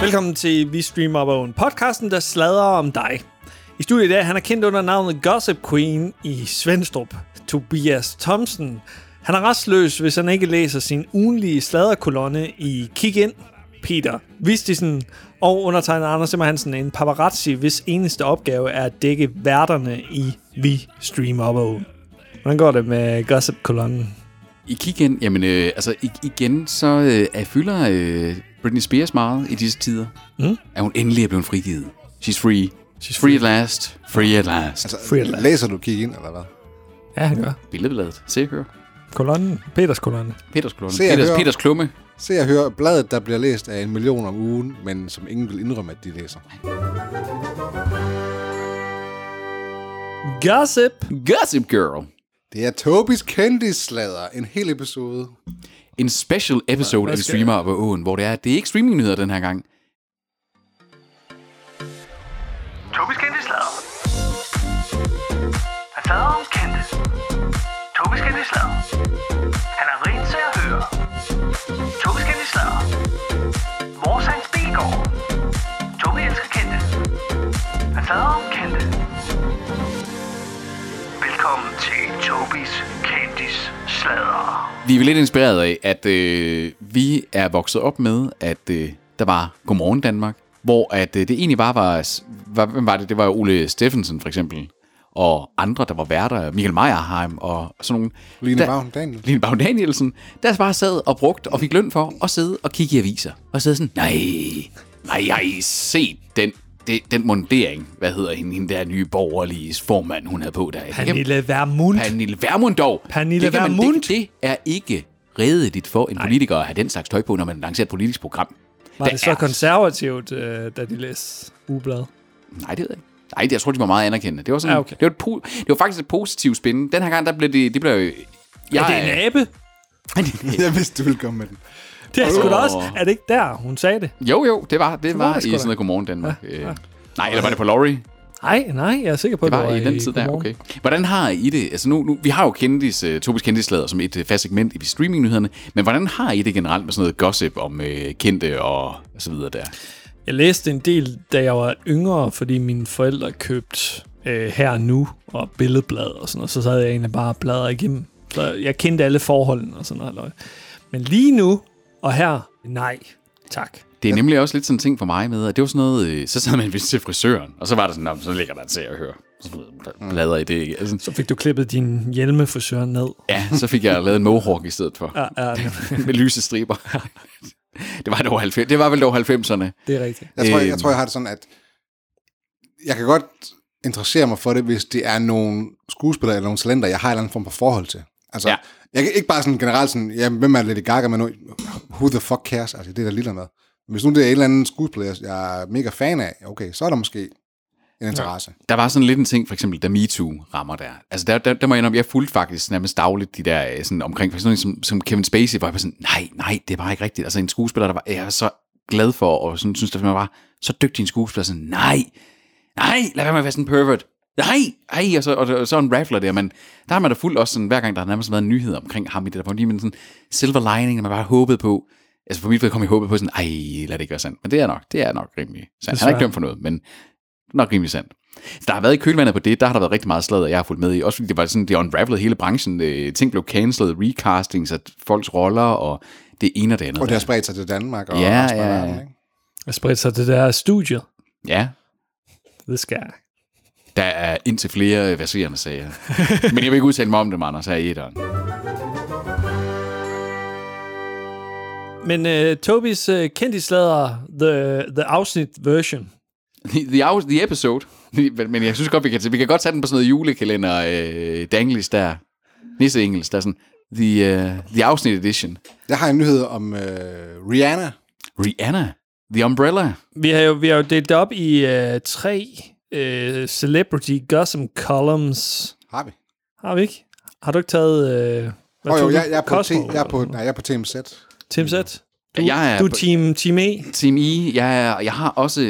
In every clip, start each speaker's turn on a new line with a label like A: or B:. A: Velkommen til Vi Streamer Own, podcasten, der sladrer om dig. I studiet i dag, han er kendt under navnet Gossip Queen i Svendstrup, Tobias Thomsen. Han er restløs, hvis han ikke læser sin ugenlige sladderkolonne i Kig Ind, Peter Vistisen og undertegnet Anders Simmer Hansen, en paparazzi, hvis eneste opgave er at dække værterne i Vi Streamer Own. Hvordan går det med Gossip-kolonnen?
B: I Kigen, jamen øh, altså i- igen, så øh, er fylder øh, Britney Spears meget i disse tider.
A: Mm.
B: At hun endelig er blevet frigivet. She's free. She's free at last. Free at last. Altså,
A: Free at last.
C: Læser du kigge ind, eller hvad?
A: Ja, han gør.
B: billedbladet. Se og hør.
A: Kolonnen. Peters kolonne.
B: Peters kolonne.
C: Se og
B: Peters,
C: hør.
B: Peters klumme.
C: Se og hør bladet, der bliver læst af en million om ugen, men som ingen vil indrømme, at de læser.
A: Gossip!
B: Gossip Girl.
C: Det er Tobis kendisslader, en hel episode.
B: En special episode af Vi Streamer på åen, hvor det er, det er ikke streamingnyheder den her gang.
D: Tobis kendte slader. Han slader om kendte. Tobis kendte slader. Han er rent til at høre. Tobis kendte slader. Vores Hans Bilgaard. Tobi elsker kendte. Han slader om kendte. Velkommen til Tobis kendtis slader.
B: Vi er vel lidt inspireret af, at øh, vi er vokset op med, at øh, der var Godmorgen Danmark, hvor at øh, det egentlig bare var, var, hvem var det? Det var Ole Steffensen for eksempel, og andre, der var værter, Michael Meierheim og sådan nogle.
C: Line
B: der-
C: Bavn Daniel.
B: Line Bavn Danielsen, der bare sad og brugt og fik løn for at sidde og kigge i aviser. Og sidde sådan, nej, nej, jeg har I set den, det, den mundering, hvad hedder hende, hende der nye borgerlige formand, hun havde på der.
A: Pernille Vermund.
B: Pernille Vermund dog.
A: Pernille
B: det, kan man-
A: Vermund.
B: Det, det er ikke redeligt for en politiker at have den slags tøj på, når man lancerer et politisk program.
A: Var
B: Der
A: det så
B: er-
A: konservativt, øh, da de læste ugeblad?
B: Nej, det ved jeg ikke. Nej, det, jeg tror, de var meget anerkendende. Det var, sådan,
A: Ja,
B: ja,
A: Ah, okay.
B: okay. det var, et po- det var faktisk et positivt spin. Den her gang, der blev det... det blev, jeg,
A: Er det en abe?
C: Jeg vidste, du ville komme med den.
A: Det er sgu da
B: Åh.
A: også. Er det ikke der, hun sagde det?
B: Jo, jo, det var, det
A: var
B: var,
A: det
B: i
A: sgu
B: sådan
A: da.
B: noget Godmorgen Danmark. Ja, ja. Nej, eller var det på Lorry?
A: Nej, nej, jeg er sikker på,
B: Det var i den
A: i
B: tid der,
A: Godmorgen.
B: okay. Hvordan har I det? Altså nu, nu vi har jo kendis, uh, Tobis kendislader som et uh, fast segment i streamingnyhederne, men hvordan har I det generelt med sådan noget gossip om uh, kendte og så videre der?
A: Jeg læste en del, da jeg var yngre, fordi mine forældre købte øh, her og nu og billedblad og sådan noget. Så sad jeg egentlig bare og bladrede igennem. Så jeg kendte alle forholdene og sådan noget. halløj. Men lige nu og her, nej, tak.
B: Det er nemlig også lidt sådan en ting for mig med, at det var sådan noget, øh, så sad man vist til frisøren, og så var der sådan, "Nå, men så ligger der en serie og hører. Så du ved, bladrer i det, ikke? Altså,
A: Så fik du klippet din hjelmefrisør ned.
B: ja, så fik jeg lavet en mohawk i stedet for,
A: Ja, ja,
B: med lyse striber. det, var dog 90, det var vel dog 90'erne.
A: det er rigtigt.
C: Jeg tror, jeg,
B: Øhm.
C: jeg tror, jeg har det sådan, at jeg kan godt interessere mig for det, hvis det er nogle skuespillere eller nogle talenter, jeg har en eller anden form for forhold til. Altså,
B: Ja.
C: ja. jeg kan ikke bare sådan generelt sådan, ja, hvem er Lady Gaga, men nu- who the fuck cares? Altså, det er der lille med. Men Hvis nu det er en eller anden skuespiller, jeg- jeg er mega fan af, okay, så er der måske en interesse. Ja.
B: Der var sådan lidt en ting, for eksempel, da MeToo rammer der. Altså, der, der, der må jeg indrømme, jeg fulgte faktisk nærmest dagligt de der øh, sådan omkring, for eksempel som, som Kevin Spacey, hvor jeg var sådan, nej, nej, det var ikke rigtigt. Altså, en skuespiller, der var, jeg var så glad for, og sådan, synes, at man var så dygtig en skuespiller, sådan, nej, nej, lad være med at være sådan en pervert. Nej, ej, og så, og, og så en raffler der, men der har man da fuldt også sådan, hver gang der har nærmest været en nyhed omkring ham i det der punkt, men sådan silver lining, man bare håbede på, altså for mit vedkommende håbede på sådan, ej, lad det ikke være sandt, men det er nok, det er nok rimelig sandt. Han er
A: Desværre.
B: ikke dømt for noget, men nok rimelig sandt. Der har været i kølvandet på det, der har der været rigtig meget sladder, jeg har fulgt med i. Også fordi det var sådan, det unravelede hele branchen. Øh, ting blev cancelled, recastings af folks roller, og det ene og det andet.
C: Og det har spredt sig til Danmark og
B: Ja,
C: resten af
B: ja, ja.
C: verden, ikke?
A: Jeg spredte sig det der studie.
B: Ja,
A: Det skal jeg.
B: der er indtil flere øh, verserende sager. Men jeg vil ikke udtale mig om dem, Anders, her i etteren.
A: Men uh, Tobis uh, kendtislader, the, the afsnit version.
B: The, the, hour- the episode. Men men jeg synes godt, vi kan, vi kan godt tage den på sådan noget julekalender øh, danglis der. Nisse engelsk, der er sådan, the, uh, the afsnit edition.
C: Jeg har en nyhed om øh, Rihanna.
B: Rihanna, The Umbrella.
A: Vi har jo, vi har jo delt det op i uh, tre uh, celebrity gossip columns.
C: Har vi?
A: Har vi ikke? Har du ikke taget... Uh, hvad
C: Åh
A: tog
C: jo,
A: du?
C: jeg, jeg, er på
A: Cosmo,
C: te, jeg, er på,
A: eller
C: nej, jeg er på TMZ.
A: hvad? Team Z? Du,
B: Jeg er
A: du er
B: på-
A: team, team E?
B: Team I, jeg, er- jeg har også...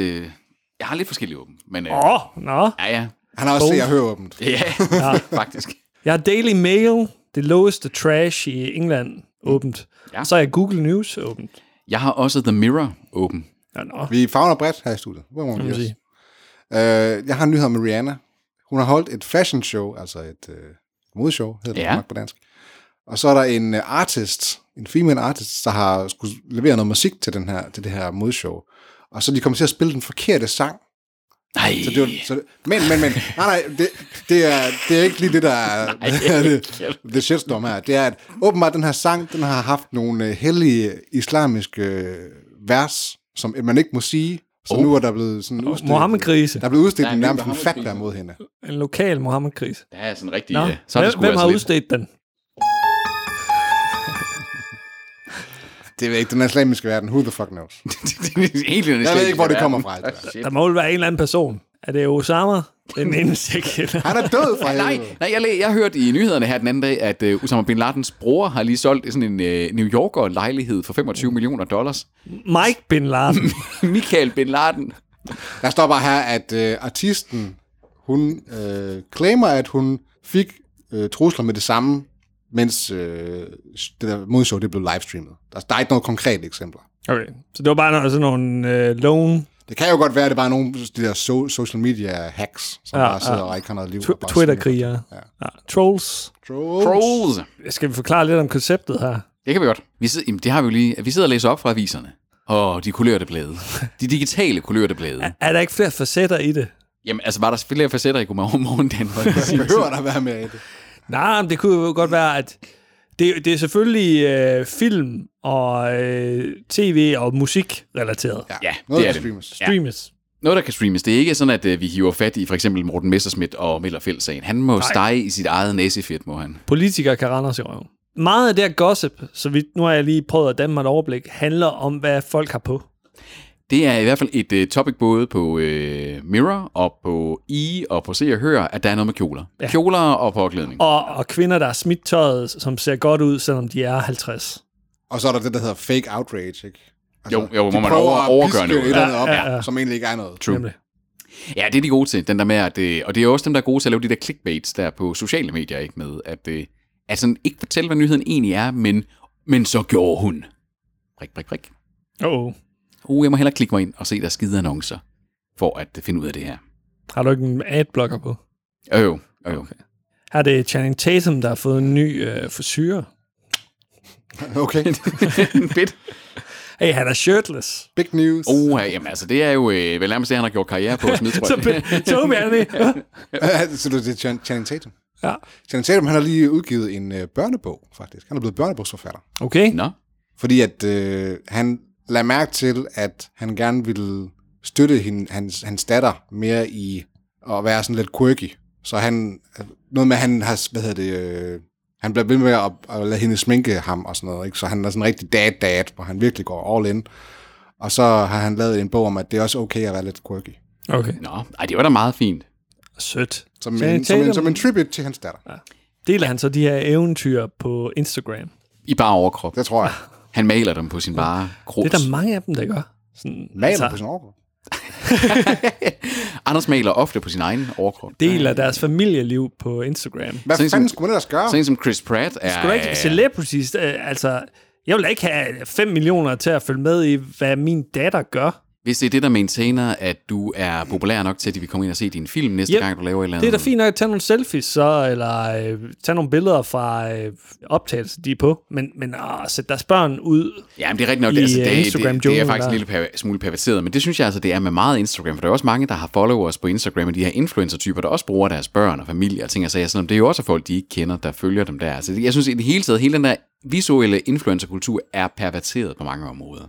B: Jeg har lidt forskellige åben, men... Øh,
A: Åh, oh, nå.
B: Ja, ja.
C: Han har også
A: Boom.
C: set og hørt åbent.
B: Ja, ja. faktisk.
A: Jeg har Daily Mail, det loweste trash i England, åbent. Ja.
B: Ja.
A: Så er jeg Google News, åbent.
B: Jeg har også The Mirror åben.
A: Ja, nå.
C: Vi favner bredt her i studiet. Hvor må
A: Kan
C: man
A: man
C: yes.
A: sige.
C: øh, jeg har en nyhed med Rihanna. Hun har holdt et fashion show, altså et øh, modeshow, hedder
B: Ja.
C: det nok på dansk. Og så er der en øh, artist, en female artist, der har skulle levere noget musik til, den her, til det her modeshow. Og så de kommer til at spille den forkerte sang.
B: Nej.
C: Så det var, så, det- men, men, men, nej, nej, det, det, er, det er ikke lige det, der er
B: Nej.
C: det, det shitstorm her. Det er, at åbenbart den her sang, den har haft nogle øh, hellige islamiske øh, vers, som man ikke må sige. Så oh. nu er der blevet sådan udstillet.
A: Mohammed-krise.
C: Der er blevet udstillet
B: Der er
C: en
B: en
C: nærmest en
B: Mohammed-krise.
C: fatwa mod hende.
A: En lokal Mohammed-krise.
B: Det er sådan rigtig...
A: Nå,
B: øh, så er
A: hvem,
B: det sgu
A: hvem
B: altså
A: har
B: lidt-
A: udstedt den?
C: Det er ikke den islamiske verden. Who the fuck knows?
B: det er helt
C: Jeg ved ikke, hvor det kommer
B: fra.
C: fra. Det der.
A: Der må vel være en eller anden person. Er det Osama? Den eneste, jeg kender.
C: Han er død fra
B: Nej,
C: helvede.
B: nej jeg, læ- jeg hørte i nyhederne her den anden dag, at uh, Osama Bin Ladens bror har lige solgt sådan en uh, New Yorker-lejlighed for 25 millioner dollars.
A: Mike Bin Laden.
B: Michael Bin Laden.
C: Der står bare her, at øh, artisten, hun øh, claimer, at hun fik øh, trusler med det samme, mens øh, det der modshow, det blev livestreamet. Der, der er ikke noget konkret eksempler.
A: Okay, så det var bare noget, sådan nogle øh, loan
C: Det kan jo godt være, at det bare er nogle af de der so- social media hacks, som
A: Ja,
C: ja, bare sidder
A: ja.
C: og ikke har noget liv. og
A: tw-
C: bare
A: Twitter-krigere. Ja. Ja. Trolls.
C: smider- Trolls.
B: Trolls.
A: Skal vi forklare lidt om konceptet her?
B: Det kan vi godt. Vi sidder, jamen, det har vi jo lige. Vi sidder og læser op fra aviserne. Og de kulørte blade. De digitale kulørte blade.
A: Er der ikke flere facetter i det?
B: Jamen, altså, var der flere facetter i Godmorgen Morgen Danmark?
C: Det behøver der være med i det.
A: Nej, men det kunne jo godt være, at det, det er selvfølgelig øh, film og øh, tv og musik relateret. Ja.
B: Ja,
C: noget
B: det er
C: der
B: det.
C: streames.
B: Ja.
A: Streames.
B: Noget, der kan streames. Det er ikke sådan, at øh, vi hiver fat i for eksempel Morten Messerschmidt og Miller Fældt-sagen. Han må Nej. stege i sit eget næsefedt, må han.
A: Politikere kan rende os i røven. Meget af det her gossip, så vi, nu har jeg lige prøvet at danne mig et overblik, handler om, hvad folk har på.
B: Det er i hvert fald et uh, topic både på uh, Mirror og på E og på Se og Hør, at der er noget med kjoler. Ja. Kjoler og påklædning.
A: Og,
B: Og
A: og kvinder, der har smidt tøjet, som ser godt ud, selvom de er 50.
C: Og så er der det, der hedder fake outrage, ikke? Altså,
B: Jo, jo,
C: de
B: hvor man
C: prøver
B: over-
C: at
B: overgør
C: piske
B: noget.
C: et eller andet op,
A: Ja, ja, ja.
C: som egentlig ikke er noget.
B: True.
A: Nemlig.
B: Ja, det er de gode til. Den der med, at, øh, og det er også dem, der er gode til at lave de der clickbaits der på sociale medier, ikke med, at, øh, at sådan ikke fortælle, hvad nyheden egentlig er, men, men så gjorde hun. Prik, prik, prik.
A: Oh,
B: Uh, jeg må hellere klikke mig ind og se der er skide annoncer, for at øh, finde ud af det her.
A: har du ikke en adblocker på?
B: Jo, jo, jo, jo.
A: Her er det Channing Tatum, der har fået en ny øh, frisyre.
C: Okay,
B: Fedt.
A: Hey, han er shirtless.
C: big news.
B: Uh, jamen altså, det er jo øh, vel nærmest det, han har gjort karriere på at smide, tror
A: Så
B: jeg.
A: be- Toby han er
C: så det er Chan- Channing Tatum.
A: Ja.
C: Channing Tatum, han har lige udgivet en øh, børnebog, faktisk. Han er blevet børnebogsforfatter.
A: Okay.
B: Nå,
C: Fordi at øh, han lagde mærke til, at han gerne ville støtte hende, hans, hans datter mere i at være sådan lidt quirky. Så han, øh, noget med, at han har, hvad hedder det, øh, han bliver ved med at, at lade hende sminke ham og sådan noget, ikke? Så han er sådan rigtig dad-dad, hvor han virkelig går all in. Og så har han lavet en bog om, at det er også okay at være lidt quirky.
A: Okay.
B: nå. Ej, det var da meget fint.
A: Sødt.
C: Som
A: Channing
C: en, som, en,
A: Tatum-
C: som en tribute til hans datter. Ja.
A: Deler han så de her eventyr på Instagram?
B: I bare overkrop.
C: Det tror jeg.
B: Han maler dem på sin bare krus.
A: Det er der mange af dem, der gør. Sådan, altså,
C: Maler på sin overkrop.
B: Anders maler ofte på sin egen overkrop.
A: deler deres familieliv på Instagram.
C: Hvad
B: Sådan en som-
C: fanden skulle man ellers gøre?
B: Sådan en som Chris Pratt er...
A: Skulle der ikke celebrities, øh, altså... Jeg vil da ikke have 5 millioner til at følge med i, hvad min datter gør.
B: Hvis det er det, der maintainer, at du er populær nok til, at de vil komme ind og se din film næste
A: Yep.
B: yep. gang, du laver et eller
A: Det er
B: andet.
A: da fint nok at tage nogle selfies så, eller øh, tage nogle billeder fra øh, optagelser, de er på. Men, men at sætte deres børn ud...
B: Jamen, det er rigtigt nok.
A: I,
B: det, altså,
A: øh,
B: det, det, det er
A: Instagram-junglen,
B: faktisk
A: der.
B: en lille per, smule perverteret, men det synes jeg altså, det er med meget Instagram, for der er også mange, der har followers på Instagram, og de her influencer-typer, der også bruger deres børn og familie og ting og sager, selvom det er jo også folk, de ikke kender, der følger dem der. Altså, jeg synes i det hele taget, hele den der visuelle influencer-kultur er perverteret på mange områder.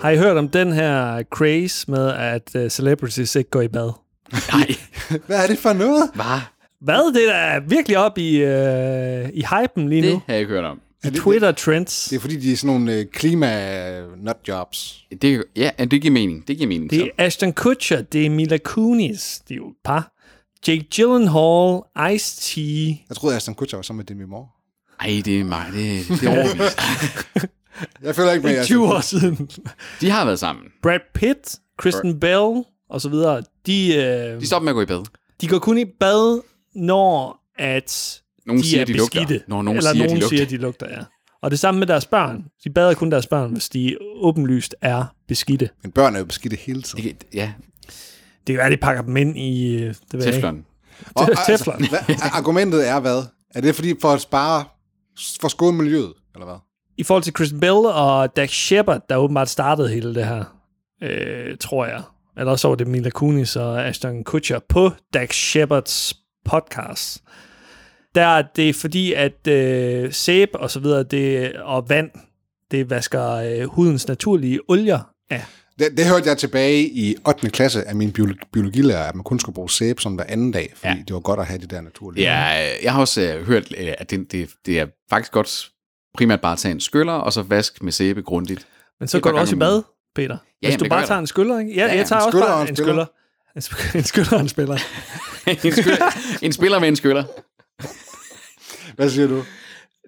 A: Har I hørt om den her craze med, at øh, celebrities ikke går i bad?
B: Nej,
C: Hvad er det for noget?
B: hvad?
A: Hvad? Det er da virkelig op i, øh, i hypen lige
B: Det
A: nu.
B: har jeg ikke hørt om.
A: I Twitter-trends.
C: Det er fordi, de er sådan nogle øh, klima-nutjobs.
B: Det, ja, det giver mening. Det giver mening.
A: Det er Ashton Kutcher, det er Mila Kunis, de er jo et par. Jake Gyllenhaal, Ice-T.
C: Jeg troede, Aston Kutcher var sammen med Demi Moore.
B: Ej, det er mig. Det, det er overbevist.
C: Jeg føler ikke med,
A: Det er 20 år siden.
B: De har været sammen.
A: Brad Pitt, Kristen Bell og så videre. De, øh,
B: De stopper med at gå i bad.
A: de går kun i bad, når at
B: Nogen
A: de
B: siger,
A: er
B: de lugter.
A: beskidte.
B: Når nogen
A: Eller
B: siger, de
A: nogen
B: lugter.
A: siger, de lugter, ja. Og det samme med deres børn. De bader kun deres børn, hvis de åbenlyst er beskidte.
C: Men børn er jo beskidte hele tiden.
B: Det, kan- ja,
A: Det er jo, at de pakker dem ind i... øh, Det ved jeg ikke.
B: Teflon.
C: Og, altså,
A: Teflon.
C: hvad, argumentet er hvad? Er det fordi for at spare, for at skåne miljøet, eller hvad?
A: I forhold til Kristen Bell og Dax Shepard, der åbenbart startede hele det her, øh, tror jeg. Eller så var det Mila Kunis og Ashton Kutcher på Dax Shepards podcast. Der er det fordi, at øh, sæbe og så videre, det, og vand, det vasker øh, hudens naturlige olier af.
C: Det, det hørte jeg tilbage i 8. klasse af min biolo- biologilærer, at man kun skulle bruge sæbe sådan hver anden dag, fordi ja. det var godt at have det der naturlige.
B: Ja, øh, jeg har også øh, hørt, øh, at det, det, det er faktisk godt primært bare at tage en skyller, og så vask med sæbe grundigt.
A: Men så
B: Det er
A: går
B: bare
A: du også i
B: gangen om
A: bad,
B: ugen.
A: Peter.
B: Ja,
A: Hvis
B: jamen,
A: du
B: det gør
A: bare
B: jeg
A: tager
B: da.
A: en skyller, ikke? Ja,
B: Ja,
A: ja jeg
B: ja,
A: tager
B: en
A: også
C: skyller og
A: bare
C: en
A: en skyller.
C: spiller.
A: En sk- En skyller og en spiller.
B: en, skyller, en spiller med en skyller.
C: Hvad siger du?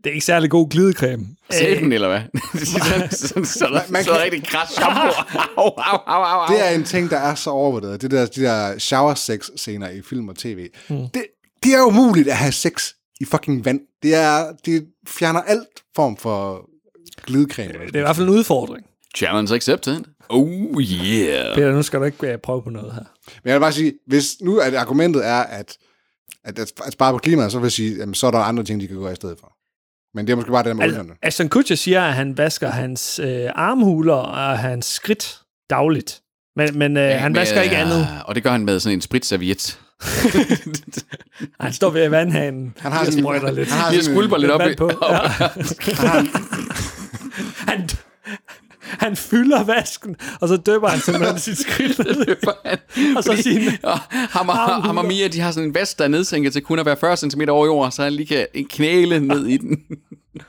A: Det er ikke særlig god glidecreme.
B: Sæben, eller hvad? så, så, så, så, er der-
C: Man
B: så er der
C: kan-
B: rigtig kras shampoo. Au, au, au, au, au.
C: Det er en ting, der er så overvurderet. Det der, de der shower sex scener i film og tv. Mm. Det, det er umuligt at have sex i fucking vand. Det, er, det fjerner alt form for glidecreme.
A: Det er i hvert fald en udfordring.
B: Challenge accepted. Oh yeah.
A: Peter, nu skal du ikke øh, prøve på noget her.
C: Men jeg vil bare sige, hvis nu at argumentet er, at, at, at, at spare på klimaet, så vil jeg sige, jamen, så er der andre ting, de kan gå i stedet for. Men det er måske bare det der med
A: Altså,
C: olierne.
A: Ashton Kutcher siger, at han vasker hans øh, armhuler og hans skridt dagligt. Men, men øh, ja, han vasker ikke andet.
B: Og det gør han med sådan en spritserviet.
A: Han står ved vandhanen.
C: Han har
A: og
C: sådan-
A: sprøjter lidt.
C: han har
B: Jeg
C: sådan en-
B: skulper lidt
A: Lidt
B: op.
A: vand på.
B: i-
A: Ja. Han, han fylder vasken, og så døber han simpelthen sit skridt.
B: Fordi-
A: Og så sine
B: og ham, og,
A: armhuler.
B: ham og Mia, de har sådan en vest, der er nedsænket til kun at være 40 cm over jorden, så han lige kan knæle ned i den.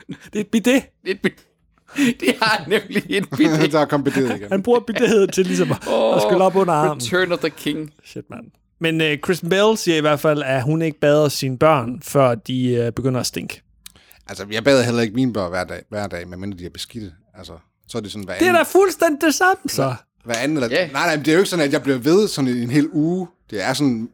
A: Det er et bidet.
B: Et bit- det har nemlig et bidet.
C: der er kompeteret igen.
A: Han bruger bidet til ligesom at, oh, at skylle op under armen.
B: Return of the King.
A: Shit, mand. Men øh, Kristen Bell siger i hvert fald, at hun ikke bader sine børn, før de øh, begynder at stinke.
C: Altså, jeg bader heller ikke mine børn hver dag, hver dag medmindre de er beskidte. Altså, så er det sådan hver
A: Det er
C: anden,
A: da fuldstændig det samme, så.
C: hver anden eller...
B: Ja.
C: Yeah. Nej, nej, men det er jo ikke sådan, at jeg bliver ved sådan en hel uge. Det er sådan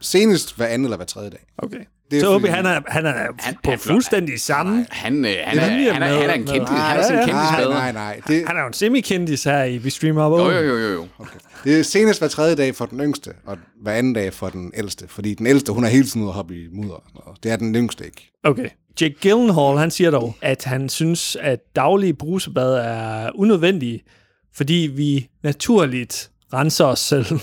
C: senest hver anden eller hver tredje dag.
A: Okay.
C: Det er
A: så Obi,
C: fordi-
A: han er, han er
B: Han-
A: på
B: han-
A: fuldstændig samme.
B: Han, øh, han, er,
A: han lige er
B: han, er, han er en
A: med-
B: kendis.
A: med-
B: Han er sådan
A: Nej,
B: en kendis
C: Nej,
B: bedre.
C: nej, nej. Det,
A: Han er jo en semi-kendis her i Vi Streamer Up.
B: Jo, jo, jo, jo, jo.
C: det er senest hver tredje dag for den yngste, og hver anden dag for den ældste. Fordi den ældste, hun er hele tiden ude at hoppe i mudder. og sådan noget. Det er den yngste ikke.
A: Okay. Jake Gyllenhaal, han siger dog, at han synes, at daglige brusebad er unødvendige, fordi vi naturligt renser os selv.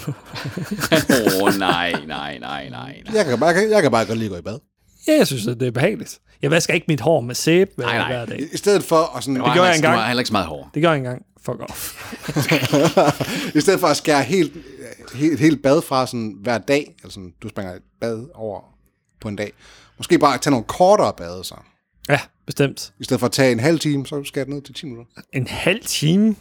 B: Åh, oh, nej, nej, nej, nej, nej.
C: Jeg kan bare, jeg kan bare godt lide at gå i bad.
A: ja, jeg synes, at det er behageligt. Jeg vasker ikke mit hår med sæbe hver,
B: Nej, nej.
A: hver dag.
C: I, i stedet for at sådan,
B: Det
A: gjorde jeg
B: Du
A: engang.
B: var heller ikke så meget hård.
A: Det gør jeg engang. Fuck off.
C: I stedet for at skære helt, helt, helt bad fra sådan hver dag, eller sådan, du springer et bad over på en dag, måske bare tage nogle kortere bade så.
A: Ja, bestemt.
C: I stedet for at tage en halv time, så skærer det ned til 10 minutter.
A: En halv time?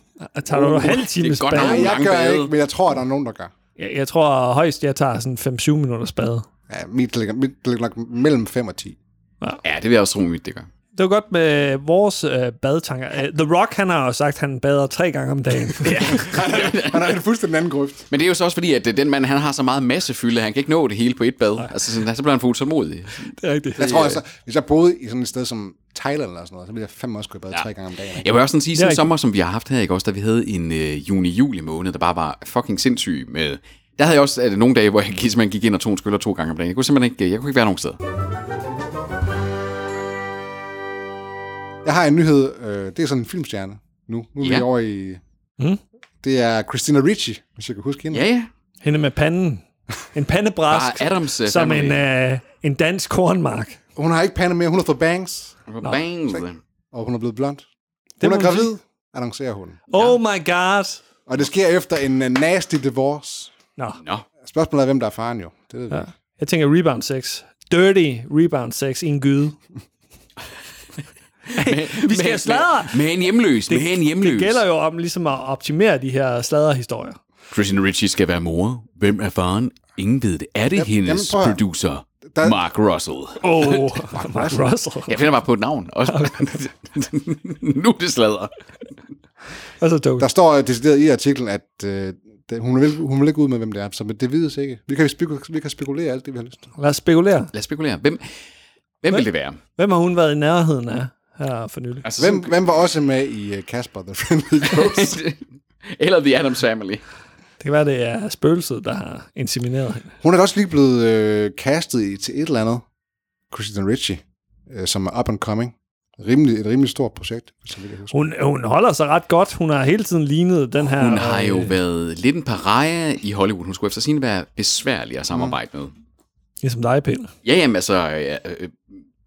A: Tager du en halv time
B: Uh, godt nok
A: spade?
C: Nej, jeg
B: lange
C: gør
B: bade.
C: ikke, men jeg tror, at der er nogen, der gør.
A: Jeg, jeg tror højst, jeg tager sådan 5-7 minutter spade.
C: Ja, mit ligger, mit ligger nok mellem 5 og 10.
B: Ja, det vil jeg også tro, mit det gør.
A: Det var godt med vores øh, badetanker. Øh, The Rock, han har jo sagt, at han bader tre gange om dagen.
C: Han er en fuldstændig anden grøft.
B: Men det er jo så også fordi, at øh, den mand, han har så meget massefylde, han kan ikke nå det hele på et bad. Altså, sådan, så bliver han for utålmodig.
A: det er rigtigt.
C: Jeg tror, altså, hvis jeg boede i sådan et sted som Thailand eller sådan noget, så ville jeg fandme også gå i bad tre gange om dagen. ikke?
B: Jeg vil også sådan sige, sådan en
A: rigtigt.
B: sommer, som vi har haft her, ikke også, da vi havde en øh, juni-juli måned, der bare var fucking sindssyg med... Der havde jeg også øh, nogle dage, hvor jeg gik- simpelthen gik ind og tog en skyller to gange om dagen. Jeg kunne simpelthen ikke, øh, jeg kunne ikke være nogen steder.
C: Jeg har en nyhed. Øh, det er sådan en filmstjerne nu. Nu er
B: Ja.
C: vi over i... Mm. Det er Christina Ricci, hvis jeg kan huske hende.
B: Ja, ja.
A: Hende med panden. En pandebræsk,
B: Bare Adams, øh,
A: som en,
B: family.
A: øh, en dansk kornmark.
C: Hun har ikke pande mere. Hun har fået bangs,
A: øh,
B: Bangs.
C: og hun er blevet blond.
A: Det
C: Hun
A: må
C: er
A: man
C: gravid, annoncerer hun.
A: Oh my god.
C: Og det sker efter en øh, nasty divorce.
A: Nå,
B: Nå.
C: Spørgsmålet er, hvem der er faren jo. Det ved vi ja.
A: jeg tænker rebound sex. Dirty rebound sex i en gyde. hey, vi skal
B: Men-
A: have sladre.
B: Med, med en hjemløs, det, med en hjemløs.
A: Det gælder jo om ligesom at optimere de her sladderhistorier.
B: Christina Ritchie skal være mor. Hvem er faren? Ingen ved det. Er det
C: Jamen,
B: hendes
C: prøv at høre.
B: producer,
C: Der-
B: Mark Russell?
A: Oh, Mark Russell.
B: Jeg finder bare på et navn. Også. nu er det sladder.
A: Og så dumt.
C: Der står øh, decideret i artiklen, at øh, det- hun, vil, hun vil ikke ud med, hvem det er. Så men det vides ikke. Vi kan, speku- vi kan spekulere alt det, vi har lyst til.
A: Lad os spekulere.
B: Lad os spekulere. Hvem, hvem vil det være?
A: Hvem har hun været i nærheden af? her for nylig.
B: Altså,
C: Hvem, hvem var også med i øh, Casper the Friendly Ghost?
B: sådan- Eller The Adams Family.
A: Det kan være, det er spøgelset, der har insemineret hende.
C: Hun er også lige blevet øh, castet i, til et eller andet. Christian Ritchie, øh, som er up and coming. Rimelig, et rimelig stort projekt, så vidt jeg husker.
A: Hun, hun holder sig ret godt. Hun har hele tiden lignet den her...
B: Hun har jo
A: øh,
B: været lidt en pareja i Hollywood. Hun skulle efter sin være besværlig at samarbejde med.
A: Ligesom dig, Peter.
B: Ja, jamen altså... øh, øh,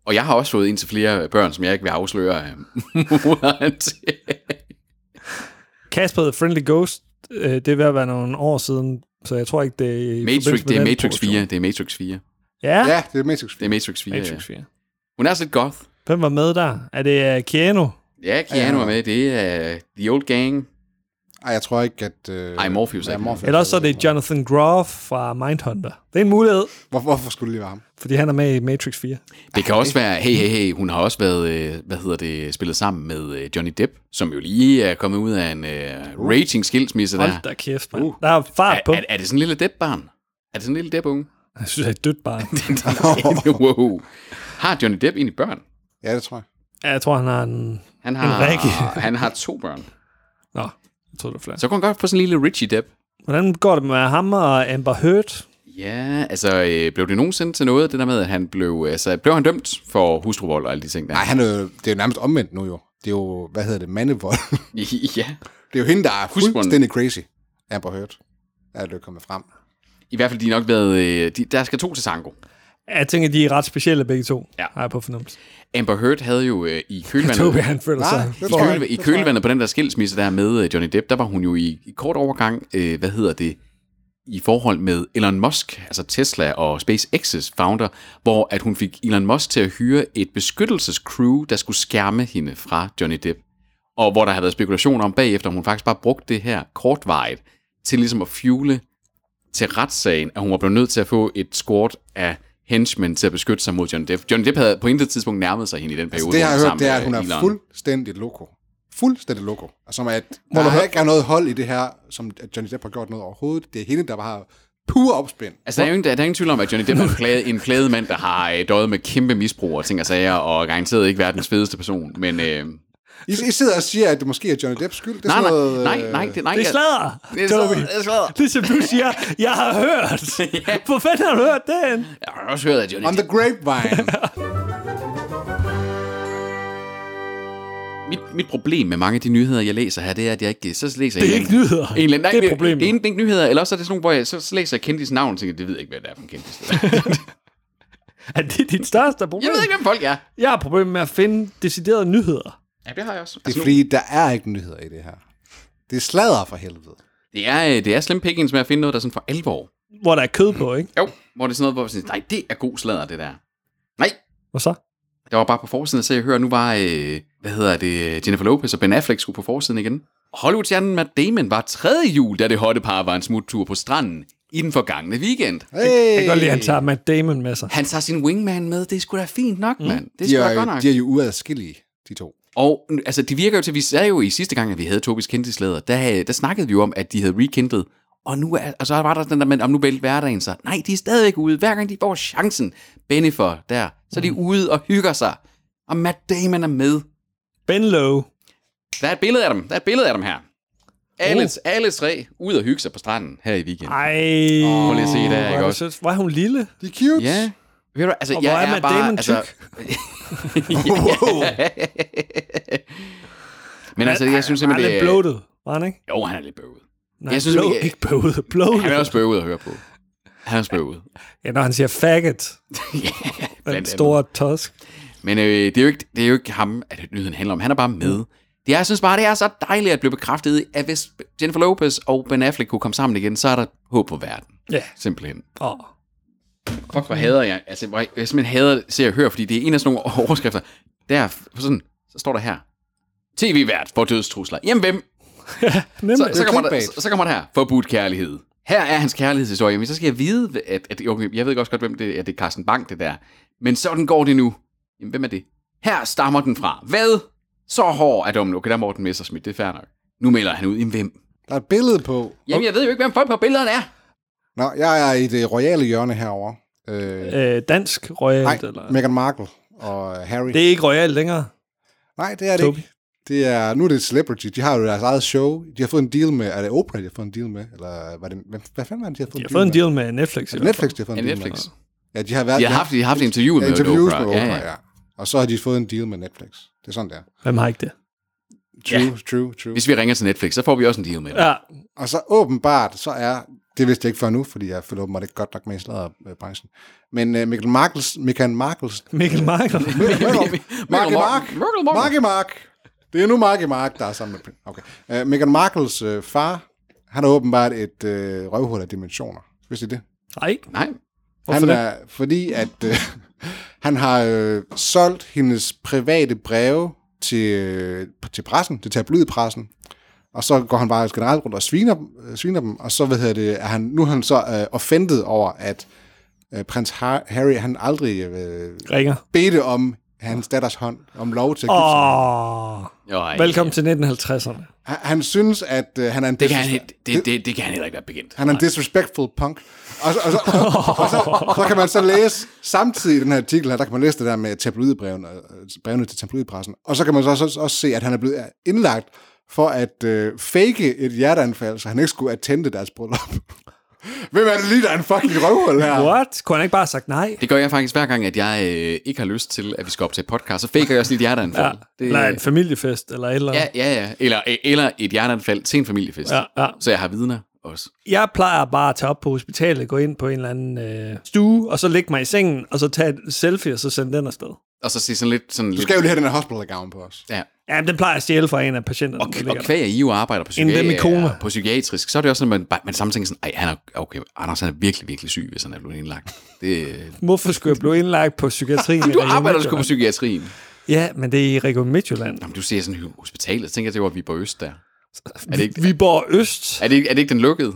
B: Og jeg har også fået en til flere børn, som jeg ikke vil afsløre øh, moderen til.
A: Casper the Friendly Ghost, øh, det er ved at være nogle år siden, så jeg tror ikke, det er... i
B: Matrix,
A: forbindelse med
B: det er
A: den
B: Matrix
A: produktion.
B: 4. Det er Matrix 4.
A: Ja,
C: Ja, det er Matrix.
B: Det er Matrix 4, Matrix.
A: Matrix
B: Ja.
A: 4.
B: Hun er også lidt goth.
A: Hvem var med der? Er det øh, Keanu?
B: Ja, Keanu
C: Ja.
B: er med. Det er øh, The Old Gang.
C: Ej, jeg tror ikke, at... Øh,
B: Ej, Morpheus er
C: ja,
B: ikke
C: Morpheus.
A: Eller også så er det Jonathan Groff fra Mindhunter. Det er en mulighed,
C: Hvor, hvorfor skulle det lige være ham?
A: fordi han er med i Matrix 4.
B: Ah, Det kan også være, hey, hey, hey, hun har også været, øh, hvad hedder det, spillet sammen med øh, Johnny Depp, som jo lige er kommet ud af en uh, raging skilsmisse der.
A: Hold da kæft, man. Der er fart på.
B: Er, er, er det sådan en lille Depp-barn? Er det sådan en lille Depp-unge?
A: Jeg synes, det er et dødt barn.
B: wow. Har Johnny Depp egentlig børn?
C: Ja, det tror jeg.
A: Ja, Jeg tror, han har en...
B: Han
A: En række.
B: har, han har to børn.
A: Nå, jeg tror, det er flot.
B: Så kunne han godt få sådan en lille Richie Depp.
A: Hvordan går det med ham og Amber Heard?
B: Ja, altså øh, blev det nogensinde til noget, det der med, at han blev, altså, blev han dømt for hustruvold og alle de ting der?
C: Nej, han er jo, det er jo nærmest omvendt nu jo. Det er jo, hvad hedder det, mandevold.
B: ja.
C: det er jo hende, der er
B: Husbunden.
C: fuldstændig crazy. Amber Heard. Er det jo kommet frem.
B: I hvert fald, de er nok været, øh, de, der skal to til tango.
A: Jeg tænker, de er ret specielle begge to,
B: Ja.
A: ja. har jeg på fornemmelse.
B: Amber Heard havde jo øh, i kølvandet...
A: Toby, han føler
C: Nej,
A: sig...
C: det
B: I,
C: tror jeg.
B: køl, I
C: Det tror jeg.
B: kølvandet på den der skilsmisse der med øh, Johnny Depp, der var hun jo i, i kort overgang, øh, hvad hedder det, i forhold med Elon Musk, altså Tesla og SpaceX's founder, hvor at hun fik Elon Musk til at hyre et beskyttelsescrew, der skulle skærme hende fra Johnny Depp. Og hvor der havde været spekulation om bagefter, om hun faktisk bare brugte det her kortvarigt til ligesom at fuele til retssagen, at hun var blevet nødt til at få et skort af henchmen til at beskytte sig mod Johnny Depp. Johnny Depp havde på intet tidspunkt nærmet sig hende i den periode,
C: Altså, det, jeg
B: hvor
C: har
B: hun var
C: hørt, det er, at
B: sammen
C: hun
B: med
C: er
B: Elon.
C: fuldstændig loko. Fuldstændig loko. Og som at,
A: du
C: der har
A: høre-
C: ikke er noget hold i det her, som at Johnny Depp har gjort noget overhovedet. Det er hende, der bare har pur opspænd.
B: Altså, der er jo ingen, der, der er ingen tvivl om, at Johnny Depp er en plaget, en plaget mand, der har øh, døjet med kæmpe misbrug og ting og sager, og garanteret ikke verdens fedeste person. Men øh,
C: I, I sidder og siger, at det måske er Johnny Depps skyld. Det er
B: nej, nej,
C: sådan noget,
B: nej,
C: øh,
B: nej, det, nej.
A: Det er
B: jeg-
A: sladder,
B: Det er sladder,
A: Toby.
B: det er sladder.
A: Ligesom du siger, jeg har hørt. Hvor fanden har du hørt den?
B: Jeg har også hørt, at Johnny
C: On the
B: Depp...
C: grapevine.
B: Mit, mit problem med mange af de nyheder, jeg læser her, det er, at jeg ikke... Så læser
A: Det
B: jeg
A: er
B: en-
A: ikke nyheder.
B: En, eller anden- nej,
A: Det er problemet.
B: Det er enten ikke nyheder, eller også er det sådan nogle, hvor jeg, så, så læser jeg kendtis navn, og tænker, det ved jeg ikke, hvad det er for en kendtis.
A: Er det dit største problem?
B: jeg ved ikke, hvem folk er.
A: Jeg har problemer med at finde deciderede nyheder.
B: Ja, det har jeg også.
C: det
B: Altså,
C: er
B: nu,
C: fordi, der er ikke nyheder i det her. Det er sladder for helvede.
B: det, er, øh, det er slim pickings med at finde noget, der sådan for alvor.
A: Hvor der er kød på, ikke?
B: Jo, hvor det er sådan noget, hvor man siger, nej, det er god sladder, det der. Nej,
A: Hvad så?
B: Jeg var bare på forsiden, så jeg hører, nu var, øh, hvad hedder det, Jennifer Lopez og Ben Affleck skulle på forsiden igen. Hollywood-stjernen Matt Damon var tredje jul, da det hotte par var en smuttur på stranden i den forgangne weekend.
C: Hey.
A: Jeg kan godt lide, at han tager Matt Damon med sig.
B: Han tager sin wingman med, det er sgu da fint nok, mm. mand. Det er
C: de,
B: sgu da godt
C: er,
B: nok.
C: de er jo uadskillige, de to.
B: Og n- altså, det virker jo til, vi sagde jo i sidste gang, at vi havde Tobis kendtislader, der, øh, der snakkede vi jo om, at de havde rekindlet. Og, nu er, og så var der den der, men om nu vælte hverdagen så. Nej, de er stadigvæk ude. Hver gang de får chancen, Bennifer der, så er de ude og hygger sig. Og Matt Damon er med.
A: Ben Lowe.
B: Der er et billede af dem. Der er et billede af dem her. Alle, uh. alle tre ud og hygge sig på stranden her i weekenden.
A: Ej.
B: Prøv lige at se der,
A: Hvor er
B: ikke
A: det
B: også?
A: sødt. Hvor er hun lille?
C: De er cute.
B: Ja. Ved du, altså,
A: Og
B: jeg
A: hvor er
B: er
A: Matt
B: bare,
A: Damon
B: altså, Men altså, jeg synes
A: han er
B: simpelthen, det
A: lidt bloated, var han ikke?
B: Jo, han er lidt bøvet.
A: Nej,
B: Jeg synes,
A: blow,
B: vi-
A: ikke bloated, bloated.
B: Han er også bøvet at høre på. Han er også bøvet.
A: Ja, når han siger faggot, den
B: Blandt
A: store tosk.
B: Men øh, det, er jo ikke, det er jo ikke ham, at nyheden handler om. Han er bare med. Det, jeg synes bare, det er så dejligt at blive bekræftet i, at hvis Jennifer Lopez og Ben Affleck kunne komme sammen igen, så er der håb for verden.
A: Ja.
B: Simpelthen.
A: Åh,
B: Fuck, hvor hader jeg. Altså, hvor jeg, jeg simpelthen hader se og høre, fordi det er en af sådan nogle overskrifter. Der, på sådan, så står der her. TV-vært for dødstrusler. Jamen hvem? Så,
A: nemlig.
B: så, kommer der,
C: clickbait.
B: så, så kommer der her. Forbudt kærlighed. Her er hans kærlighedshistorie. Men så skal jeg vide, at, at okay, jeg ved også godt, hvem det er. Det er Carsten Bang, det der. Men sådan går det nu. Jamen, hvem er det? Her stammer den fra. Hvad? Så hård er dommen. Okay, der er Morten Messerschmidt. Det er fair nok. Nu melder han ud. Jamen, hvem?
C: Der er et billede på.
B: Jamen, jeg ved jo ikke, hvem folk på billederne er.
C: Nå, jeg er i det royale hjørne herovre. Øh,
A: Øh, dansk royalt,
C: nej,
A: eller?
C: Meghan Markle og øh, Harry.
A: Det
C: Det...
A: er ikke royalt længere.
C: Nej, det er det
A: Toby.
C: Toby. ikke. Det er, nu er det et celebrity. De har jo deres eget show. De har fået en deal med, er det Oprah, de har fået en deal med? Eller var det, hvad, hvad fanden var det, de har fået
A: Jeg har fået en deal med Netflix. i
C: med? Er det
A: hvert
C: Netflix, de har fået
B: Ja,
C: en deal
B: Netflix.
C: med. Ja, de har været...
B: De har haft, de har haft interview med
C: interviews
B: Oprah.
C: med Oprah,
B: ja, ja.
C: ja. Og så har de fået en deal med Netflix. Det er sådan, der.
A: fald. Hvem har ikke det?
C: True, yeah. true, true.
B: Hvis vi ringer til Netflix, så får vi også en deal med dem.
A: Ja,
C: Og så åbenbart, så er, det vidste jeg ikke før nu, fordi jeg følger åbenbart ikke godt nok med i sladderbranchen, men uh, Michael Markels, Michael Markels,
A: Mikkel Marker.
C: Marke Mark,
B: Mørkel Mark.
C: Marke Mark, det er nu Marke Mark, der er sammen med, okay. Uh, Michael Markels uh, far, han er åbenbart et uh, røvhul af dimensioner, vidste I det?
A: Nej,
B: Nej,
A: Hvorfor
C: han er, Fordi at øh, han har øh, solgt hendes private breve til, øh, til pressen, til tabloidpressen, og så går han bare generelt rundt og sviner, dem- øh, sviner dem, og så hvad hedder det, er han, nu er han så øh, offentet over, at øh, prins Har- Harry, han aldrig øh,
A: ringer.
C: bedte om
B: Ah.
C: hans datters hånd, om lov til at gifte sig.
A: Åh,
B: Ej,
A: velkommen til 1950'erne.
C: Han, han synes, at øh, han er en
B: Det kan, han,
C: disres-
B: he- det, det, det kan han heller ikke være bekendt.
C: Han er en disrespectful punk. Og, så, og, så, og så, så kan man så læse, samtidig i den her artikel her, der kan man læse det der med tabloidbrevene, øh, brevene til tabloidpressen. Og så kan man så også, også se, at han er blevet indlagt for at øh, fake et hjerteanfald, så han ikke skulle attende deres bryllup. Hvem er det lige, der er en fucking røvhul her?
A: What? Kunne han ikke bare have sagt nej?
B: Det gør jeg faktisk hver gang, at jeg øh, ikke har lyst til, at vi skal op til et podcast. Så faker jeg også lige et
A: Ja.
B: hjerteanfald. Det,
A: Eller en familiefest, eller et eller andet.
B: ja, ja, ja. Eller, øh, eller et hjerteanfald til en familiefest.
A: Ja, ja.
B: Så jeg har vidner også.
A: Jeg plejer bare at tage op på hospitalet, gå ind på en eller anden øh, stue, og så lægge mig i sengen, og så tage et selfie, og så sende den afsted.
B: Og så se sådan lidt... Sådan
C: Du
B: lidt
C: skal jo lige have den her hospital gown på os.
B: ja.
A: Jamen, den plejer jeg at stjæle fra en af patienterne.
B: Og,
A: der
B: og
A: ligger der.
B: kvæg, at I jo arbejder på,
A: Inden dem i koma.
B: psykiatrisk, på psykiatrisk, så er det også sådan, at man, bare- man samtidig tænker sådan, ej, han er, okay, Anders han er virkelig, virkelig syg, hvis han er blevet indlagt. Det,
A: Hvorfor skulle jeg blive indlagt på psykiatrien? i
B: du
A: Region
B: arbejder sgu på
A: Midtjylland?
B: psykiatrien.
A: Ja, men det er i Region Midtjylland.
B: Jamen, du ser sådan hy- hospitalet, så tænker jeg, det var Viborg Øst der. Er det ikke,
A: Viborg Øst.
B: er det, ikke- er det ikke den lukkede?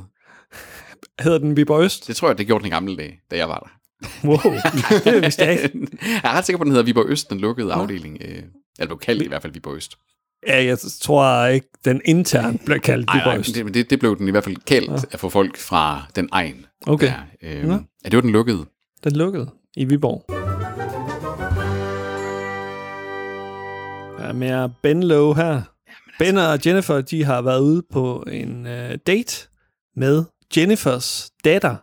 A: Hedder den Viborg Øst?
B: Det tror jeg, det gjorde den i gamle dage, da jeg var der.
A: Wow, det vidste jeg ikke.
B: jeg er ret sikker på, den hedder Viborg Øst, den lukkede afdeling. Øh, eller blev kaldt i hvert fald Viborg Øst.
A: Ja, jeg tror ikke, den internt bliver kaldt
B: Ej, nej,
A: Viborg Øst.
B: men det, men det, det blev den i hvert fald kaldt ja. at få folk fra den egen.
A: Okay.
B: Der, øh, ja. det var den lukkede.
A: Den lukkede i Viborg. Der er mere Ben Lowe her.
B: altså.
A: Ben og Jennifer, de har været ude på en øh, date med Jennifers datter,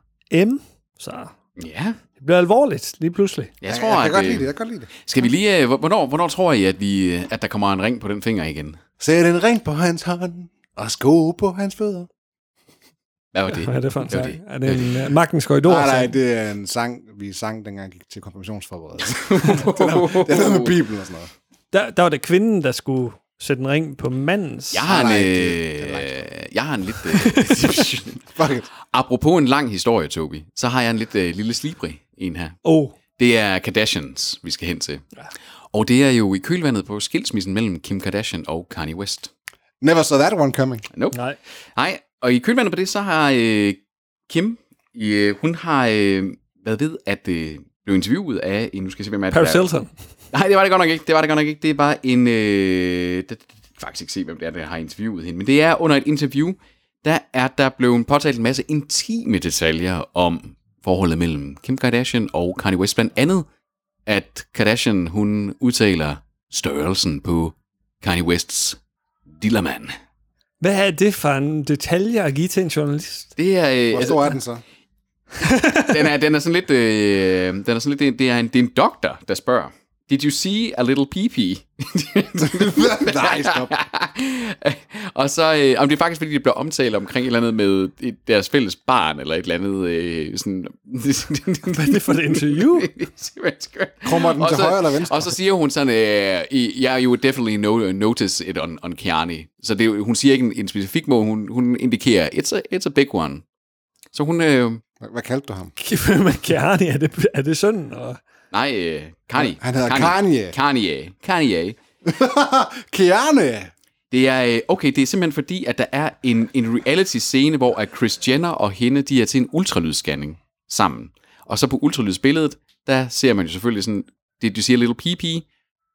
A: M. Så
B: Ja,
A: det bliver alvorligt lige pludselig.
B: jeg
C: Ja,
B: tror,
C: jeg kan
B: at...
C: godt lide
B: øh,
C: det, jeg kan godt lide det.
B: Skal vi lige... øh, hvor- Hvornår, hvornår tror I, at, vi, øh, at der kommer en ring på den finger igen?
C: Sæt en ring på hans hånd, og sko på hans fødder.
B: Hvad var det?
A: Hvad er det for en
B: var
A: sang?
B: det.
A: Er det en øh, Magtens Korridor?
C: Nej,
B: altså-
C: nej, det er en sang, vi sang, dengang jeg gik til konfirmationsforberedelse. det er noget med Bibelen og sådan noget.
A: Der, der var det kvinden, der skulle sætte en ring på mandens.
B: Jeg har en,
C: Nej, det- det er
B: øh, jeg har en lidt... Øh,
C: Fuck it.
B: apropos en lang historie, Tobi, så har jeg en lidt øh, lille slibri en her.
A: Oh,
B: Det er Kardashians, vi skal hen til. Og det er jo i kølvandet på skilsmissen mellem Kim Kardashian og Kanye West.
C: Never saw that one coming.
B: Nope.
A: nej.
B: Nej, og i kølvandet på det, så har øh, Kim, øh, hun har øh, været ved at øh, blev interviewet af en, nu skal jeg se, hvem er det
A: Paris
B: der-
A: Hilton.
B: Nej, det var det godt nok ikke. Det var det godt nok ikke. Det er bare en... Øh, det, det, jeg kan faktisk ikke se, hvem det er, der har interviewet hende. Men det er under et interview, der er der blevet påtalt en masse intime detaljer om forholdet mellem Kim Kardashian og Kanye West. Blandt andet, at Kardashian, hun udtaler størrelsen på Kanye Wests dillermand.
A: Hvad er det for en detalje at give til en journalist?
B: Det er, øh,
C: Hvor
B: altså,
C: stor er den så?
B: den, er, den er sådan lidt... Øh, den er sådan lidt det, er- det, er en, det er en doktor, der spørger. Did you see a little pee-pee?
C: Nej, stop.
B: og så, øh, om det er faktisk, fordi det bliver omtalt omkring et eller andet med et, deres fælles barn, eller et eller andet øh, sådan... Hvad
A: er det for et interview?
C: Krummer den til højre eller venstre?
B: Og så siger hun sådan, øh, I- yeah, you would definitely no, notice it on, on Kiani. Så det, er jo- hun siger ikke en, en specifik måde, hun, hun indikerer, it's a, it's a big one. Så hun, øh,
C: Hvad, hvad kaldte du ham?
A: Men Kjærni, er det, er det sådan? Og
B: nej, øh, Kanye.
C: Han hedder Kanye.
B: Kanye. Kanye.
C: Kiane!
B: Det er, øh, okay, det er simpelthen fordi, at der er en, en reality-scene, hvor at Chris Jenner og hende, de er til en ultralydsscanning sammen. Og så på ultralydsbilledet, der ser man jo selvfølgelig sådan, det du siger, little pee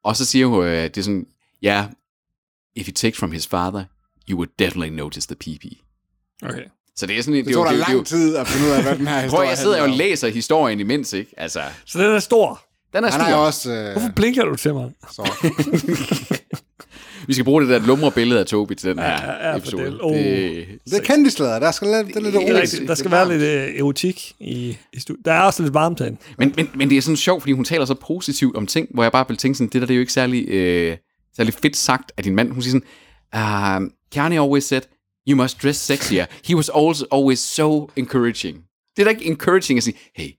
B: og så siger hun, øh, det er sådan, ja, yeah, if you take from his father, you would definitely notice the pee
A: okay.
B: Så det er sådan, det,
C: Det tog dig lang tid at finde ud af, hvad den her
B: Prøv,
C: historie
B: jeg sidder jo og
C: handler om.
B: læser historien imens, ikke? Altså,
A: Så den er stor.
B: Den er
C: Han er
B: stor.
C: jo også... Øh,
A: Hvorfor blinker du til mig?
C: så,
B: Vi skal bruge det der lumre billede af Tobi til den her
A: ja, ja, for
B: episode.
A: det- oh.
B: det,
C: det er kendtislader. Der skal lidt, det er lidt
B: Det er
A: Det er
C: roligt.
A: rigtigt. Der skal
C: Det er
A: være lidt øh, erotik i, i studiet. Der er også lidt varmt herinde.
B: men, men, men det er sådan sjovt, fordi hun taler så positivt om ting, hvor jeg bare vil tænke sådan, det der det er jo ikke særlig, øh, særlig fedt sagt af din mand. Hun siger sådan, um, Kanye always said, you must dress sexier. He was also always so encouraging. Det er da ikke encouraging at sige, hey,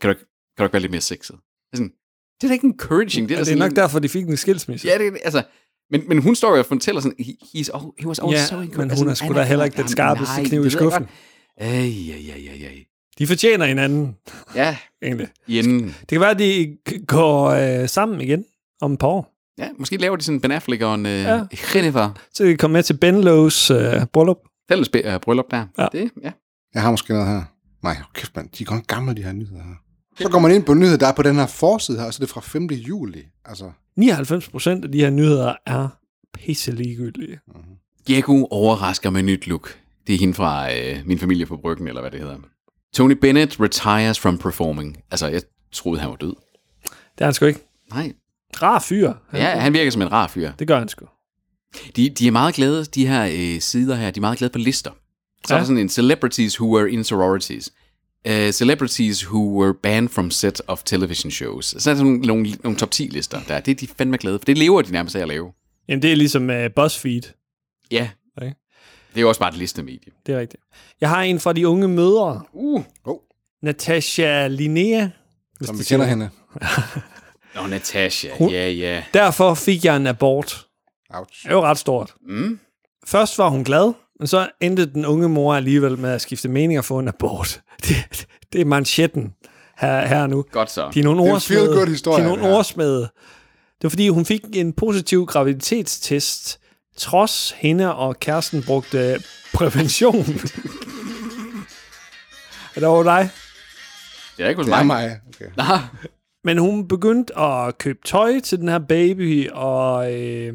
B: kan du, ikke- kan du ikke være lidt mere sexet? Det er, sådan, det er da ikke encouraging. Det er,
A: Og
B: da
A: Altså, det er
B: sådan,
A: nok derfor, de fik en skilsmisse.
B: Ja, det er altså... Men, men hun står jo og fortæller sådan, he, he's al, he was always
A: Ja,
B: so Altså,
A: men
B: encouraging.
A: hun er sgu da heller ikke den skarpeste kniv i skuffen.
B: Ej, ej, ej, ej, ej.
A: De fortjener hinanden,
B: Ja,
A: egentlig.
B: i enden.
A: Det kan være, at de k- går øh, sammen igen om et par år.
B: Ja, måske laver de sådan Ben Affleck og en øh,
A: Ja.
B: Jennifer
A: Så kan de komme med til Ben Lowe's øh, bryllup.
B: fælles be- øh, bryllup der.
A: Ja.
B: Det, ja.
C: Jeg har måske noget her. Nej, hold kæft mand, de er godt gamle, de her nyheder her. Så går man ind på nyheder, der er på den her forside her, og så er det fra 5. juli. Altså,
A: 99 procent af de her nyheder er pisse ligegyldige.
B: Gekko overrasker med nyt look. Det er hende fra øh, Min Familie på Bryggen, eller hvad det hedder. Tony Bennett retires from performing. Altså, jeg troede, han var død.
A: Det er han sgu ikke.
B: Nej.
A: Rar fyr. Han-
B: Ja, han virker som en rar fyr.
A: Det gør han sgu.
B: De, de er meget glade, de her øh, sider her, de er meget glade på lister. Så ja. er
A: Ja.
B: der sådan en celebrities who were in sororities. Uh, celebrities who were banned from set of television shows. Så er der sådan nogle, nogle top 10 lister der. Det er de fandme glade for. Det lever de nærmest af at lave.
A: Jamen, det er ligesom øh, BuzzFeed.
B: Ja.
A: Okay.
B: Det er jo også bare et listemedie.
A: Det er rigtigt. Jeg har en fra de unge mødre.
B: Uh.
C: oh,
A: Natasha Linnea. hvis
C: som
A: det
C: vi
A: siger
C: kender
A: det.
C: hende.
B: Nå, Natasha.
A: Hun-
B: Ja, ja.
A: Derfor fik jeg en abort.
C: Ouch.
A: Det er jo ret stort.
B: Mm.
A: Først var hun glad, men så endte den unge mor alligevel med at skifte mening og få en abort. Det, det er manchetten her, her nu.
B: Godt så.
A: De er nogle
C: Det er en
A: ordsmede.
C: feel-good historie,
A: De er
C: det
A: nogle
C: her.
A: ordsmede. Det var fordi, hun fik en positiv graviditetstest, trods hende og kæresten brugte prævention. er det over dig?
B: Det er ikke hos
C: Det er
B: mig.
C: mig. Okay.
B: Nej.
A: Men hun begyndte at købe tøj til den her baby, og, øh,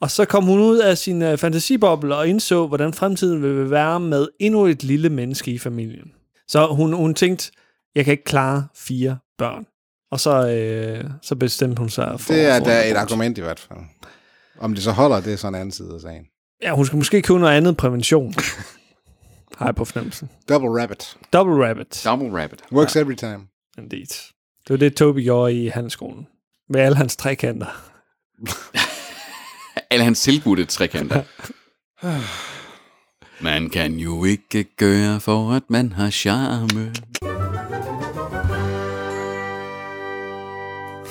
A: og så kom hun ud af sin øh, fantasiboble og indså, hvordan fremtiden ville være med endnu et lille menneske i familien. Så hun, hun tænkte, jeg kan ikke klare fire børn. Og så, øh, så bestemte hun sig for...
C: Det er
A: for
C: da
A: en
C: et
A: abort.
C: argument i hvert fald. Om det så holder, det er sådan en anden side af sagen.
A: Ja, hun skal måske købe noget andet prævention. Har jeg på fornemmelsen.
C: Double rabbit.
A: Double rabbit.
B: Double rabbit.
C: Works every time.
A: Indeed. Det var det, Toby gjorde i handelsskolen. Med alle hans trekanter.
B: Eller han tilbudte trekanter. Man kan jo ikke gøre for, at man har charme.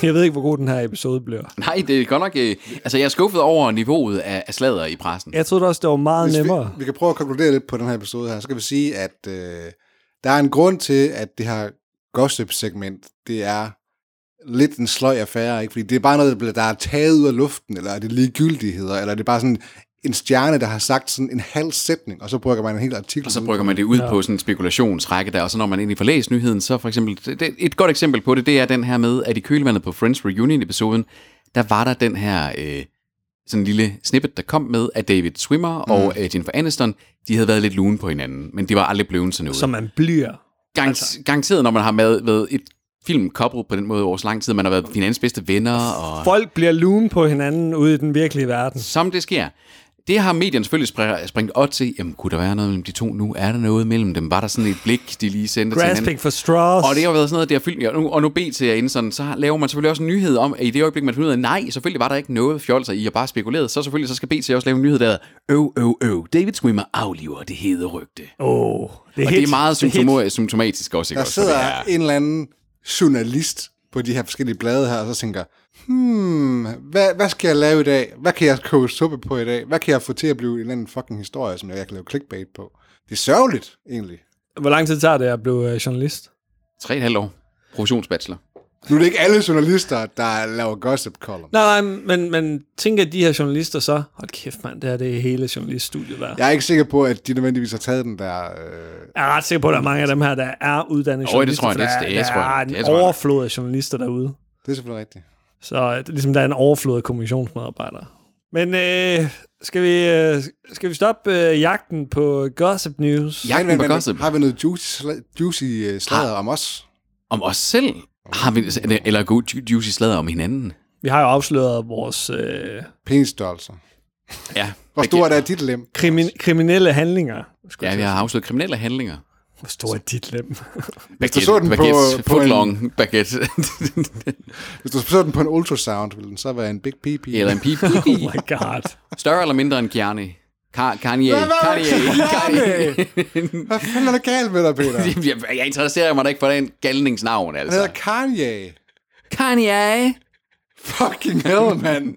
A: Jeg ved ikke, hvor god den her episode bliver.
B: Nej, det er godt nok... Øh, altså, jeg er skuffet over niveauet af, af sladder i pressen.
A: Jeg troede også, det var meget
C: Hvis
A: nemmere.
C: Vi, vi kan prøve at konkludere lidt på den her episode her. Så kan vi sige, at øh, der er en grund til, at det her gossip-segment, det er lidt en sløj affære, ikke? Fordi det er bare noget, der bliver- der er taget ud af luften, eller er det ligegyldigheder, eller er det bare sådan en stjerne, der har sagt sådan en halv sætning, og så brygger man en hel artikel.
B: Og så brygger man det ud ja. på sådan en spekulationsrække der, og så når man egentlig får læst nyheden, så for eksempel, det, det, et godt eksempel på det, det er den her med, at i kølvandet på Friends Reunion-episoden, der var der den her øh, sådan en lille snippet, der kom med, at David Swimmer mm. og øh, Jennifer Aniston, de havde været lidt lune på hinanden, men de var aldrig blevet sådan noget.
A: som man bliver.
B: Garant, Garanteret, når man har med, været et film på den måde over så lang tid, man har været hinandens bedste venner, og
A: Folk bliver lune på hinanden ude i den virkelige verden.
B: som det sker. Det har medierne selvfølgelig spr- springet op til. Jamen, kunne der være noget mellem de to nu? Er der noget mellem dem? Var der sådan et blik, de lige sendte til hinanden?
A: Grasping for straws.
B: Og det har været sådan noget, det har fyldt, og nu, og nu BT er inde sådan, så laver man selvfølgelig også en nyhed om, at i det øjeblik, man finder ud af, nej, selvfølgelig var der ikke noget fjolser, I har bare spekuleret, så selvfølgelig så skal BT også lave en nyhed, der hedder, øv, øv, øv, David Swimmer afliver det hede rygte.
A: oh, det er,
B: Og
A: hit.
B: det er meget
A: hit.
B: symptomo- symptomatisk også, ikke?
C: Der
B: også, for det
C: sidder
B: her.
C: en eller anden journalist på de her forskellige blade her, og så tænker, hmm, hvad, hvad skal jeg lave i dag? Hvad kan jeg koge suppe på i dag? Hvad kan jeg få til at blive en eller anden fucking historie, som jeg kan lave clickbait på? Det er sørgeligt, egentlig.
A: Hvor lang tid tager det at blive øh, journalist?
B: Tre og et halvt år. Professionsbachelor.
C: Nu er det ikke alle journalister, der laver gossip column.
A: Nej, nej, men, men tænker de her journalister så, hold kæft mand, det er det er hele journaliststudiet værd. Ja.
C: Jeg er ikke sikker på, at de nødvendigvis har taget den der... Øh...
A: Jeg er ret sikker på, at der er mange af dem her, der er uddannede
B: Åh, det
A: journalister.
B: tror jeg,
A: for der
B: det-
A: er-
B: det
A: der
B: tror jeg,
A: er
B: det
A: en
B: tror jeg.
A: overflod af journalister derude.
C: Det er selvfølgelig rigtigt.
A: Så øh, det er ligesom der er en overflod af kommissionsmedarbejdere. Men øh, skal, vi, øh, skal vi stoppe øh, jagten på gossip news?
B: Jagten på gossip. Ah.
C: Har vi noget juicy, sla- juicy øh, slader om os?
B: Om os selv? Har vi, eller- eller gå ju- juicy sladder om hinanden.
A: Vi har jo afsløret vores øh,
C: Penisstørrelser.
B: Ja.
C: Hvor stort er dit lem?
A: krimi- kriminelle handlinger. skulle
B: Ja,
A: jeg
B: vi
A: til at
B: har afsløret kriminelle handlinger.
A: sige. Hvor stor er dit lem?
C: Hvis du så den på,
B: baguette,
C: på en,
B: footlong baguette.
C: hvis du så den på en ultrasound, ville den så være en big pee pee.
B: eller en pip.
A: oh my god.
B: Større eller mindre end Kanye. Ka- Kanye. Kanye. Kanye.
C: Hvad fanden er der galt med dig, Peter? Han
B: Jeg, jeg interesserer mig da ikke for den galningsnavn, altså.
C: hedder Kanye.
B: Kanye.
C: Fucking hell, mand.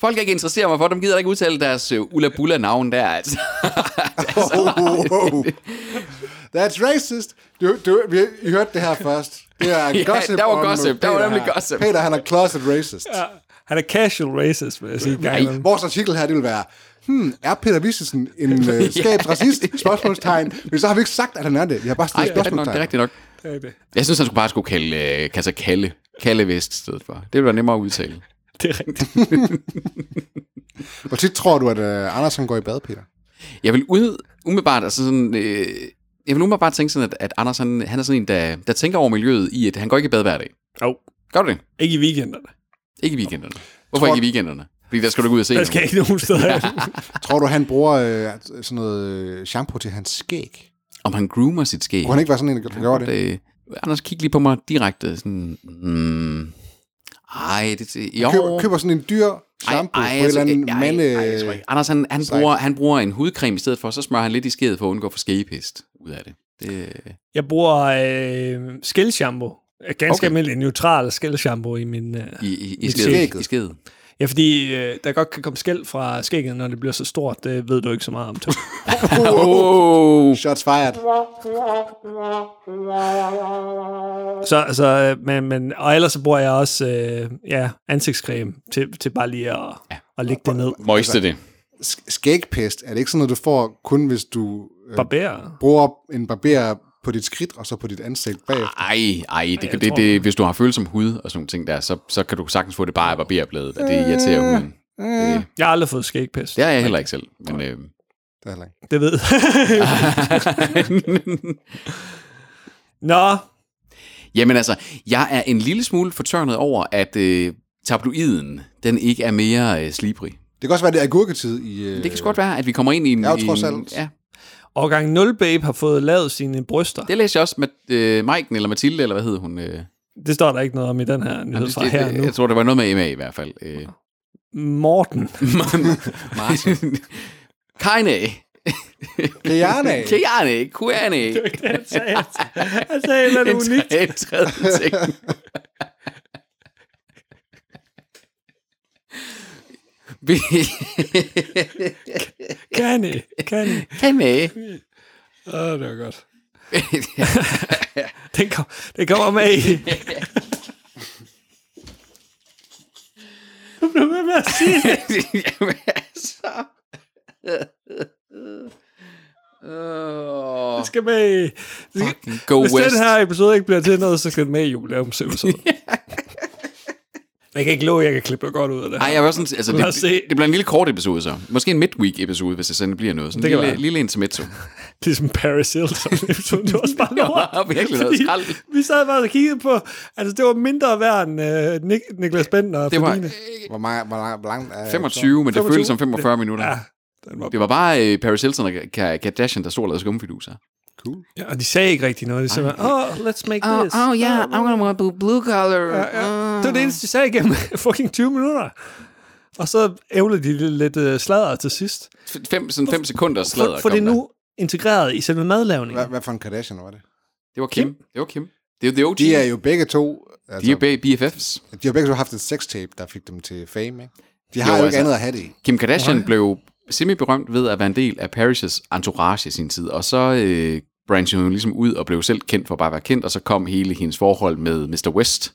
B: Folk, jeg ikke interesserer mig for, dem gider da ikke udtale deres uh, ulla-bulla-navn der, altså.
C: Oh, oh, oh. That's racist. Du, du, vi, I hørte det her først. Det er
B: Ja,
C: gossip
B: der var
C: om øh,
B: gossip. Der var
C: Peter
B: nemlig
C: her.
B: gossip.
C: Peter, han er closet racist. Ja.
A: Han er casual racist, vil jeg sige.
B: Nej.
A: Nej.
C: Vores artikel her, det vil være, hmm, er Peter Vissesen en øh, skabsracist? Spørgsmålstegn. Men så har vi ikke sagt, at han er det. Vi har bare
B: Ej,
C: stillet
B: det er rigtigt nok, det er rigtigt
C: spørgsmålstegn.
B: nok. Jeg synes, han skulle bare skulle kalde, øh, kalde sig Kalle. Kalle Vest i stedet for. Det ville være nemmere at udtale.
A: Det er rigtigt.
C: Hvor tit tror du, at øh, Andersen går i bad, Peter?
B: Jeg vil ud, umiddelbart, altså sådan, øh, jeg vil umiddelbart tænke sådan, at, at Anders, han, han er sådan en, der, der tænker over miljøet i, at han går ikke i bad hver dag.
A: Oh,
B: Gør du det?
A: ikke i weekenderne.
B: Ikke i weekenderne. Hvorfor ikke i weekenderne? Fordi der skal du ikke ud og se
A: Der skal
B: nogen.
A: ikke nogen steder. hen.
C: Tror du, han bruger øh, sådan noget øh, shampoo til hans skæg?
B: Om han groomer sit skæg.
C: Kunne han ikke være sådan en, der gjorde det?
B: Øh, Anders, kig lige på mig direkte. Sådan, mm, ej, det er... Jo. altså,
C: Køber, køber sådan en dyr shampoo ej, ej, på en eller anden
B: ej,
C: mande...
B: ej, jeg tror ikke. Anders, han, han,
C: site.
B: bruger, han bruger en hudcreme i stedet for, så smører han lidt i skædet for at undgå for skægepest ud af det. det
A: Jeg bruger øh, skældshampoo. Ganske okay.
B: Okay.
A: almindelig neutral skældshampoo i min... Øh.
B: i, i, i,
A: Mit
B: skædet,
C: skæg.
B: I skædet.
A: Ja, fordi øh, der godt kan komme skæld fra skægget, når det bliver så stort. Det ved du ikke så meget om. Tom.
B: Oh,
C: Shots fired.
A: så, så, øh, men, men, og ellers så bruger jeg også øh, ja, ansigtscreme til, til bare lige at, ja. at lægge det ned.
B: møjste det.
C: Sk- skægpest, er det ikke sådan noget, du får kun, hvis du øh,
A: Barberer.
C: bruger en barber på dit skridt og så på dit ansigt bagefter?
B: Ej, ej, det,
A: jeg
B: det, det,
A: tror-
B: det, hvis du har følsom hud og sådan nogle ting der, så, så kan du sagtens få det bare af barberbladet, og det irriterer huden. Det,
A: Jeg har aldrig fået skægpest.
B: det har jeg heller ikke selv. Men, øh,
C: Det er heller ikke.
A: Det ved Nå,
B: jamen altså, jeg er en lille smule fortørnet over, at øh, tabloiden, den ikke er mere øh, slibrig.
C: Det kan også være, det er agurketid i... Øh,
B: Det kan sgu godt være, at vi kommer ind i en...
C: Jeg er jo
B: i
C: trods
B: en
C: alt-
B: ja,
A: Årgang 0 Babe har fået lavet sine bryster.
B: det læser jeg også med øh, Maiken, eller Mathilde, eller hvad hed hun? Øh,
A: Det står der ikke noget om i den her nyhed
B: det,
A: fra her
B: det,
A: nu.
B: jeg tror, det var noget med Emma i hvert fald. Øh,
A: Morten.
B: Martin. Kanye.
C: Rihanna.
B: Kanye. Kanye.
A: Han sagde, han sagde, at det er
B: En,
A: unikt.
B: tre- en tredje ting. Vi
A: Kan I? Kan I?
B: kan med.
A: Åh, det var godt. Den, kom, den kommer med i. Du blev ved med at sige det.
B: Jamen, altså. Åh,
A: Den skal med i.
B: fucking Go
A: Hvis
B: West.
A: den her episode ikke bliver til noget, så skal den med i jubilæumsepisoden. Jeg kan ikke love, at jeg kan klippe noget godt ud af det.
B: Ej, jeg var sådan, altså,
A: Lad os
B: det,
A: se.
B: det, det bliver en lille kort episode så. Måske en midweek episode, hvis det sådan bliver noget. Sådan
A: Det
B: det
A: kan
B: lille,
A: være.
B: lille intermezzo.
A: ligesom Paris Hilton. det var også bare lort.
B: Det var virkelig noget
A: Fordi
B: skrald.
A: Vi sad bare og kiggede på, altså det var mindre værd end uh, Nik- Niklas Bender og
B: Det var
A: Ferdinand.
C: Hvor, mange, hvor, lang, hvor langt er
B: 25, men det
A: 25.
B: føltes som 45 minutter.
A: Ja, den var,
B: Det var bare øh, Paris Hilton og Ka- Kardashian, der stod og lavede skumfiduser.
C: Cool.
A: ja, og de sagde ikke rigtig noget. De sagde bare, oh, let's make this.
B: yeah, I'm gonna want blue color.
A: Ja, det var det eneste, de sagde igennem fucking 20 minutter. Og så ævlede de lidt uh, sladder til sidst.
B: Fem, sådan fem sekunder slader
A: For, for det er
B: kom der.
A: nu integreret i selve madlavningen.
C: Hvad, hvad for en Kardashian var det?
B: Det var Kim. Det var Kim. Det er jo The OG.
C: De er jo begge to... Altså,
B: de er bag BFFs.
C: de har begge to haft et sextape, der fik dem til fame, ikke? De har jo,
B: Jo,
C: ikke
B: altså.
C: andet at have det i.
B: Kim Kardashian blev semi-berømt ved at være en del af Paris' entourage i sin tid, og så øh, branchede hun ligesom ud og blev selv kendt for bare at være kendt, og så kom hele hendes forhold med Mr. West.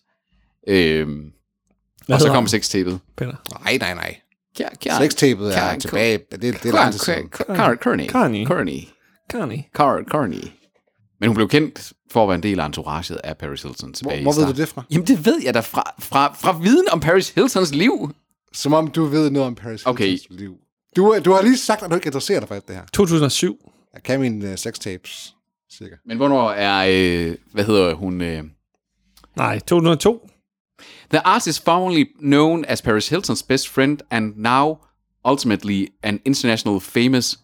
B: Øhm, og så
A: hedder
B: kom
A: han?
B: sextapet.
A: Peter?
C: Nej, nej, nej.
B: Kjær- Kjær-
C: Sextapet er
B: Karen-
C: tilbage. Det, det er lang tid
B: Kjær-
C: siden.
B: Kjær- Kjær- Kearney.
A: Kearney.
B: Kearney.
A: Carney.
B: Car- Kearney. Men hun blev kendt for at være en del af entouraget af Paris Hilton tilbage
C: Hvor,
B: i
C: hvor ved
B: starten.
C: du det fra?
B: Jamen det ved jeg da fra, fra, fra viden om Paris Hiltons liv.
C: Som om du ved noget om Paris
B: Okay.
C: Hiltons liv. Du, er- du har lige sagt, at du ikke interesserer dig for alt det her.
A: 2007.
C: Jeg kan mine uh, sextapes, cirka.
B: Men hvornår er, øh, hvad hedder hun, øh,
A: Nej, 202.
B: The artist formerly known as Paris Hilton's best friend and now ultimately an international famous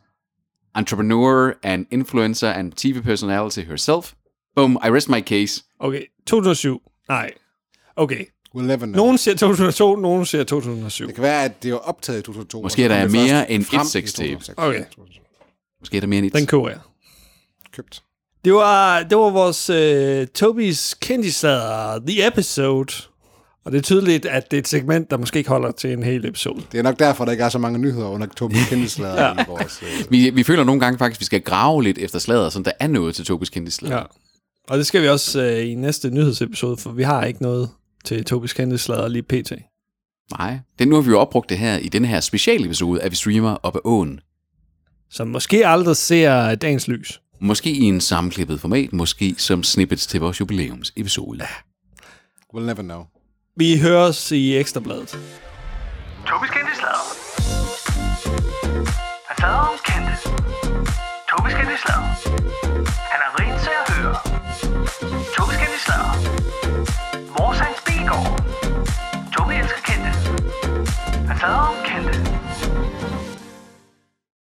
B: entrepreneur and influencer and TV personality herself. Boom, I rest my case.
A: Okay, 207. Nej. Okay.
C: We'll never know.
A: Nogen siger 2002, nogen siger 2007.
C: Det kan være, at det var optaget i 2002.
B: Måske
C: og så
B: er der
C: kom det
B: mere
C: først
B: end
C: frem
B: et
C: i
B: sextape.
C: 2006.
A: Okay.
B: Måske er der mere end et.
A: Den køber jeg.
C: Købt.
A: Det var, det var vores øh, Tobis kendtislader, The Episode. Og det er tydeligt, at det er et segment, der måske ikke holder til en hel episode.
C: Det er nok derfor, der ikke er så mange nyheder under Tobi Kendeslader ja. i vores... Øh,
B: Vi, vi føler nogle gange faktisk, at vi skal grave lidt efter slaget, så der er noget til Tobis kendtislader.
A: Ja. Og det skal vi også øh, i næste nyhedsepisode, for vi har ikke noget til Tobis kendtislader lige pt.
B: Nej, det, nu har vi jo opbrugt det her i den her specialepisode, at vi streamer op ad åen.
A: Som måske aldrig ser dagens lys.
B: Måske i en sammenklippet format, måske som snippets til vores jubilæumsepisode.
C: we'll never know.
A: Vi høres i Ekstrabladet.
D: Tobis kendte slader. Han slader om kendte. Tobis kendte slader.